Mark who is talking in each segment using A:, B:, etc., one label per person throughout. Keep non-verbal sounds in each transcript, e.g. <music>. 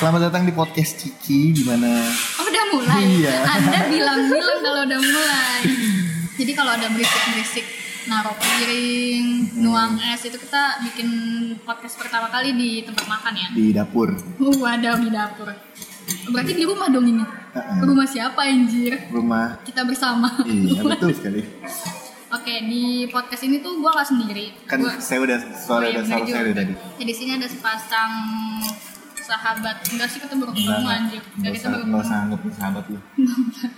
A: Selamat datang di podcast Ciki di mana
B: Oh udah mulai.
A: Iya.
B: Anda bilang-bilang kalau udah mulai. Jadi kalau ada berisik-berisik naruh piring, nuang es itu kita bikin podcast pertama kali di tempat makan ya.
A: di dapur.
B: Uh, ada di dapur. Berarti di rumah dong ini.
A: Heeh.
B: Rumah siapa anjir?
A: Rumah.
B: Kita bersama.
A: Iya betul sekali.
B: Oke, di podcast ini tuh gua gak sendiri.
A: Kan
B: Gua-
A: saya udah suara
B: Oh
A: udah
B: iya, bener
A: suara saya
B: juga.
A: udah tadi.
B: Ya, di sini ada sepasang sahabat. Enggak sih kita baru
A: Enggak,
B: ketemu anjir. Enggak
A: Enggak
B: kita
A: usah
B: baru
A: enggak
B: ketemu.
A: usah anggap lu
B: <laughs>
A: sahabat lu.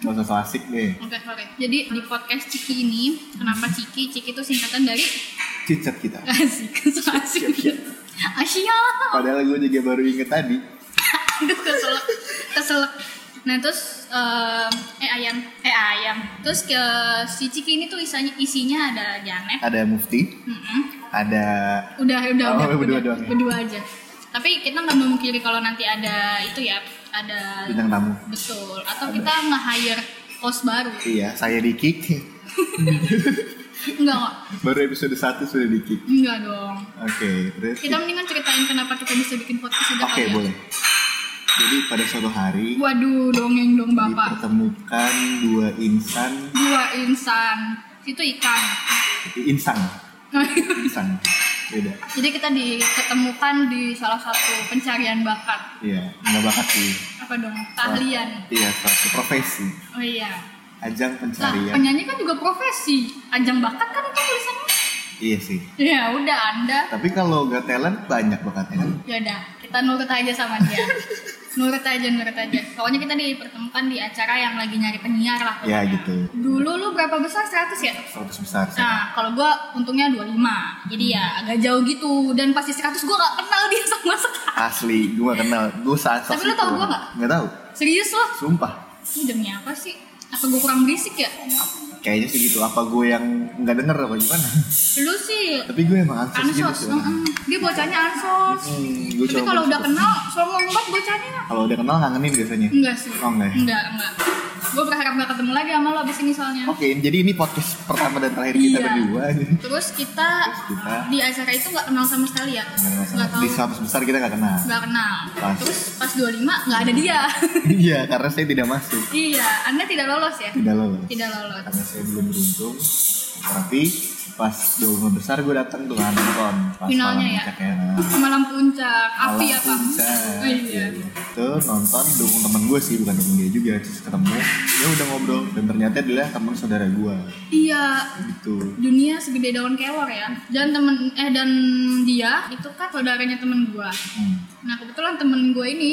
A: Enggak usah so asik deh.
B: Oke, oke. Jadi di podcast Ciki ini, kenapa Ciki? Ciki itu singkatan dari
A: Cicat kita.
B: asik, so asik gitu. Asia.
A: Padahal gue juga baru inget tadi.
B: Aduh, keselak, keselak. Nah terus em, eh ayam, eh ayam. Terus ke si Ciki ini tuh isinya isinya ada Janet.
A: Ada Mufti,
B: Mm-mm.
A: ada
B: Udah, udah,
A: Oh,
B: udah,
A: berdua
B: udah.
A: doang ya?
B: Berdua aja. Tapi kita nggak memungkiri kalau nanti ada itu ya, ada
A: bintang tamu.
B: betul. Atau kita nge-hire host baru.
A: Iya, saya di kick.
B: Enggak kok.
A: <laughs> Baru episode 1 sudah di kick.
B: Enggak dong.
A: Oke, terus.
B: Kita mendingan ceritain kenapa kita bisa bikin podcast aja
A: Oke,
B: kali ya.
A: boleh. Jadi pada suatu hari
B: Waduh, dongeng dong bapak.
A: dipertemukan dua insan
B: Dua insan. Itu ikan. <laughs>
A: insang insang beda
B: Jadi kita diketemukan di salah satu pencarian bakat.
A: iya nggak bakat sih
B: Apa dong? Keahlian.
A: iya suatu profesi
B: Oh iya.
A: ajang
B: Lah,
A: pencarian
B: penyanyi kan juga profesi. Ajang bakat kan itu tulisannya.
A: iya sih
B: Ya udah, Anda.
A: tapi kalau gak talent banyak bakatnya kan
B: Ya udah, kita nurut aja sama
A: <laughs>
B: dia. nurut aja, nurut aja. Pokoknya kita dipertemukan di acara yang lagi nyari penyiar lah.
A: ya
B: pokoknya.
A: gitu
B: Dulu lu berapa besar? 100 ya?
A: 100 besar sih.
B: Nah, kalau gua untungnya 25. Jadi ya agak jauh gitu dan pasti 100 gua gak kenal dia sama sekali.
A: asli gue gak kenal gue saat
B: Tapi lu tau gua nggak?
A: nggak tahu
B: Serius loh.
A: sumpah
B: Ini demi apa sih? Apa gua kurang berisik ya?
A: kayaknya sih gitu apa gue yang nggak denger apa gimana
B: Lu sih
A: tapi gue emang ansos gitu
B: ansos.
A: sih
B: mm-mm. Dia bocahnya ansos.
A: hmm, gue
B: Tapi kalau udah kenal sombong banget bocahnya.
A: kalau udah kenal kangenin biasanya
B: Enggak sih.
A: Oh, enggak ya?
B: Enggak, enggak. Gua berharap gak ketemu lagi sama lo abis ini soalnya.
A: Oke, jadi ini podcast pertama dan terakhir kita
B: Iya.
A: berdua.
B: Terus kita,
A: kita
B: di acara itu gak kenal sama sekali ya?
A: Nggak ada masalah.
B: Gak tahu.
A: Di 100 besar kita gak kenal.
B: Gak kenal.
A: Pas.
B: Terus pas 25 gak ada dia. <laughs>
A: Iya, karena saya tidak masuk.
B: iya, Anda tidak lolos ya?
A: Tidak lolos.
B: Tidak lolos.
A: Karena saya belum beruntung. Tapi pas 25 besar gue datang tuh kan, nonton. Pas
B: Finalnya
A: malam
B: ya?
A: puncak Nah,
B: Malam puncak, api
A: malam
B: apa?
A: puncak.
B: Oh,
A: Iya,
B: iya.
A: iya. Itu nonton dukung temen gue sih, bukan temen dia juga. Terus ketemu, ya udah ngobrol. Dan ternyata dia adalah temen saudara gue.
B: Iya,
A: Gitu.
B: dunia segede daun kelor ya. Dan temen eh dan dia itu kan saudaranya temen gua.
A: Hmm.
B: Nah kebetulan temen gue ini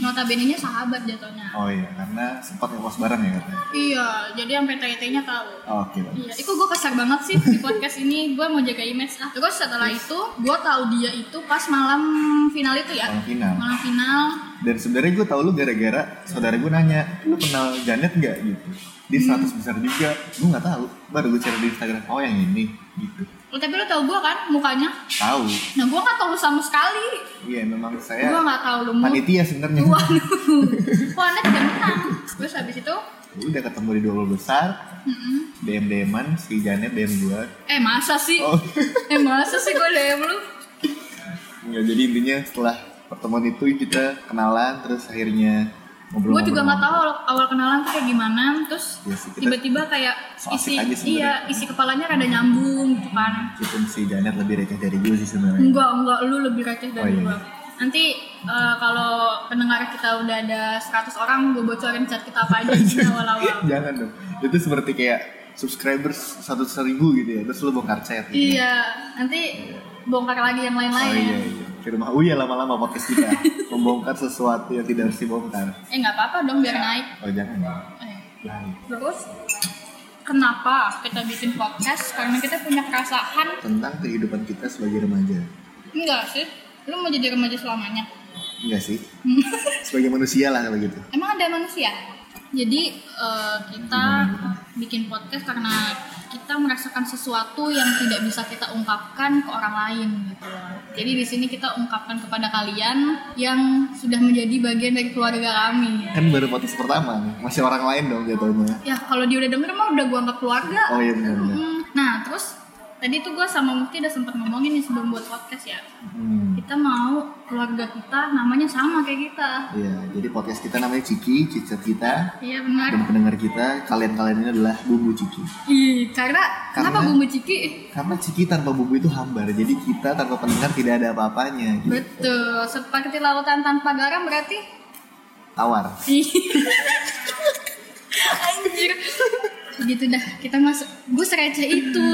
B: notabene nya sahabat jatuhnya.
A: Oh iya, karena sempat ngekos bareng ya katanya. Oh,
B: Iya, jadi sampai TT-nya tahu.
A: Oke, bagus.
B: Iya, itu gue kasar banget sih di podcast ini. Gue mau jaga image lah. Terus setelah itu, gue tahu dia itu pas malam final itu ya.
A: Malam final.
B: Malam final.
A: Dan sebenarnya gue tau lu gara-gara saudara gue nanya, lu kenal Janet nggak gitu? Di
B: Hmm.
A: 100 besar juga, gue nggak tahu. Baru gue cari di Instagram, oh yang ini gitu.
B: Lo tapi lo tau gue kan mukanya.
A: Tahu,
B: Nah gue nggak tau lu sama sekali.
A: iya memang saya
B: Gue nggak tau lu mukanya.
A: panitia sebenarnya.
B: Waduh, wah anda tidak menang. Terus habis itu,
A: Ya Udah ketemu di 20 besar,
B: mm-mm.
A: DM DMan si Janet DM gue.
B: eh masa sih?
A: Oh,
B: <laughs> Eh masa sih gue DM lu?
A: nggak jadi intinya setelah pertemuan itu kita kenalan, terus akhirnya ngobrol.
B: Gue juga nggak tahu awal, awal kenalan tuh kayak gimana. Terus
A: Iya sih, kita-
B: tiba-tiba kayak
A: So asik
B: isi,
A: aja sebenarnya.
B: iya isi kepalanya rada nyambung gitu kan.
A: Meskipun si Janet lebih receh dari gue sih sebenarnya.
B: Enggak, enggak, lu lebih receh dari
A: Oh, iya.
B: gua. Nanti eh, kalau pendengar kita udah ada 100 orang, gue bocorin chat kita apa
A: <laughs>
B: aja di awal-awal.
A: Iya, Jangan dong. Itu seperti kayak subscribers satu seribu gitu ya, terus lu bongkar chat. Gitu.
B: iya, nanti bongkar lagi yang
A: Oh iya
B: lain-lain.
A: iya. Firma Uya lama-lama podcast kita
B: <laughs>
A: membongkar sesuatu yang tidak harus dibongkar.
B: Eh nggak apa-apa dong biar naik.
A: Oh jangan.
B: Eh,
A: Baik.
B: terus kenapa kita bikin podcast? Karena kita punya keresahan.
A: Tentang kehidupan kita sebagai remaja.
B: Enggak sih, lu mau jadi remaja selamanya. <laughs>
A: Enggak sih. sebagai manusia lah kalau gitu.
B: Emang ada manusia? Jadi eh, kita bikin podcast karena kita merasakan sesuatu yang tidak bisa kita ungkapkan ke orang lain gitu loh. Jadi di sini kita ungkapkan kepada kalian yang sudah menjadi bagian dari keluarga kami.
A: Kan baru podcast pertama nih. Masih orang lain dong jatuhnya.
B: Ya kalau dia udah denger mah udah gua anggap keluarga.
A: Oh iya benar. benar.
B: Hmm, Nah terus tadi tuh gue sama Mufti udah sempet ngomongin nih sebelum buat podcast ya
A: Hmm.
B: kita mau keluarga kita namanya sama kayak kita
A: Iya, jadi podcast kita namanya Ciki, cicer kita
B: iya benar
A: dan pendengar kita kalian-kalian ini adalah bumbu Ciki.
B: Ih, karena, kenapa
A: Karena-
B: bumbu ciki?
A: Karena Ciki tanpa bumbu itu hambar, jadi kita tanpa pendengar tidak ada apa-apanya. Gitu.
B: Betul, seperti lautan tanpa garam berarti
A: Tawar.
B: Ih. <laughs> Anjir Gitu dah, kita masuk Gue sereceh itu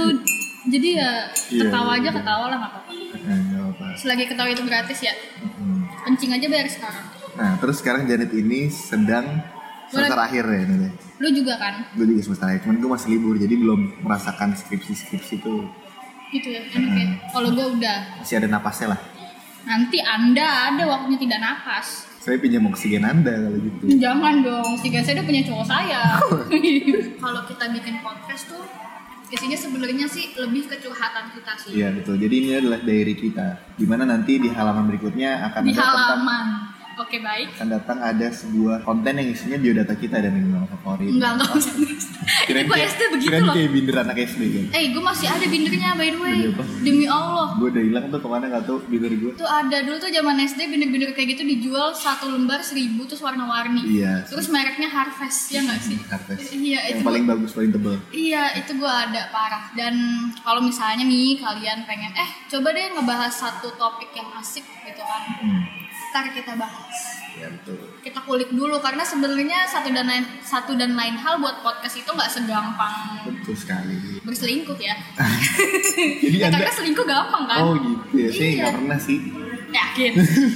B: Jadi ya
A: Iya,
B: ketawa
A: iya,
B: aja
A: iya.
B: ketawa lah nggak apa-apa
A: Nah, nggak apa.
B: Selagi ketawa itu gratis ya
A: Mm-mm.
B: Kencing aja bayar sekarang
A: Nah, terus sekarang Janet ini sedang semester akhir ya, Janet.
B: Lu juga kan?
A: Gue juga semester akhir, cuman gue masih libur, jadi belum merasakan skripsi-skripsi itu
B: Gitu ya, enak ya Kalau gue udah
A: masih ada napasnya lah.
B: Nanti anda ada waktunya tidak napas
A: Saya pinjam oksigen Anda kalau gitu.
B: Jangan dong, si guys saya udah punya cowok
A: <laughs>
B: saya Kalau kita bikin podcast tuh Isinya sebenarnya sih lebih ke curhatan kita sih
A: Iya betul. Jadi ini adalah diary kita. Dimana nanti di halaman berikutnya akan ada
B: Di
A: tentang-
B: halaman Oke baik
A: akan datang ada sebuah konten yang isinya biodata kita dan minuman favorit.
B: Enggak, enggak usah. Ini gue
A: kayak-
B: SD begitu
A: kirain
B: loh.
A: kayak binder anak SD kan.
B: Eh, gue masih ada bindernya by the way.
A: Binder Iya, apa?
B: Demi Allah.
A: Gue udah hilang tuh kemana gak tau binder gue.
B: Itu ada dulu tuh zaman SD binder-binder kayak gitu dijual satu lembar seribu terus warna-warni.
A: Iya.
B: Terus mereknya Harvest ya nggak sih?
A: Harvest.
B: Iya,
A: Yang
B: itu
A: paling bagus paling tebel.
B: Iya, itu gue ada parah. Dan kalau misalnya nih kalian pengen eh coba deh ngebahas satu topik yang asik gitu kan.
A: Hmm.
B: Ntar kita bahas.
A: Ya betul.
B: Kita kulik dulu karena sebenarnya satu dan lain satu dan lain hal buat podcast itu nggak segampang
A: Betul sekali.
B: berselingkuh ya.
A: Jadi Iya,
B: Ya,
A: anda.
B: karena selingkuh gampang kan?
A: Oh gitu ya. Saya
B: Iya.
A: nggak pernah sih. <laughs>
B: Yakin?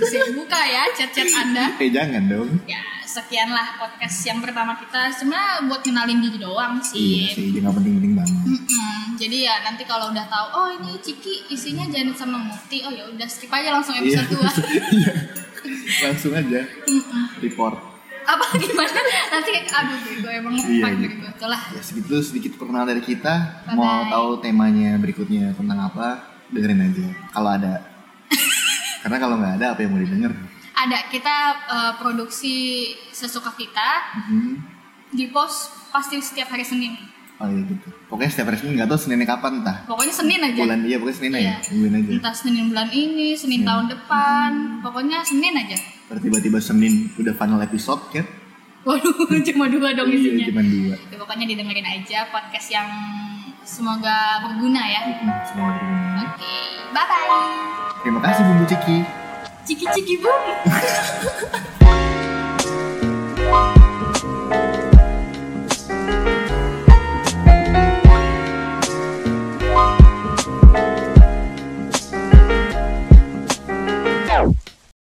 B: Saya buka ya chat-chat Anda.
A: Eh jangan dong.
B: Ya, sekianlah podcast yang pertama kita. Sebenarnya buat kenalin diri doang
A: Iya
B: sih.
A: sih. Dia nggak penting-penting banget.
B: Mm-mm. Jadi ya nanti kalau udah tahu, oh ini Ciki isinya Janet sama Mufti. Oh ya udah skip aja langsung
A: Iya.
B: episode 2.
A: Iya. Langsung aja report.
B: <laughs> Apa gimana? Nanti aduh gue emang
A: Iya,
B: fine
A: iya.
B: gue itulah.
A: Ya segitu sedikit perkenalan dari kita.
B: Bye-bye.
A: Mau tahu temanya berikutnya tentang apa? Dengerin aja. Kalau
B: <laughs>
A: ada. Karena kalau nggak ada apa yang mau didengar?
B: Ada kita eh, produksi sesuka kita
A: Mhm.
B: di post pasti setiap hari Senin.
A: Oh iya gitu. Pokoknya setiap hari Senin nggak tahu Seninnya kapan entah.
B: Pokoknya Senin aja.
A: Bulan iya pokoknya Senin
B: Iya.
A: aja. Tungguin aja.
B: entah Senin bulan ini, Senin tahun depan, pokoknya Senin aja.
A: Ntar tiba-tiba Senin udah final episode kan?
B: Waduh, <laughs> cuma dua dong
A: Iya
B: isinya.
A: cuma dua.
B: Ya, pokoknya didengerin aja podcast yang semoga berguna ya.
A: Mhm, semua berguna.
B: Oke, bye bye.
A: Terima kasih Bumbu Ciki.
B: Ciki ciki bu.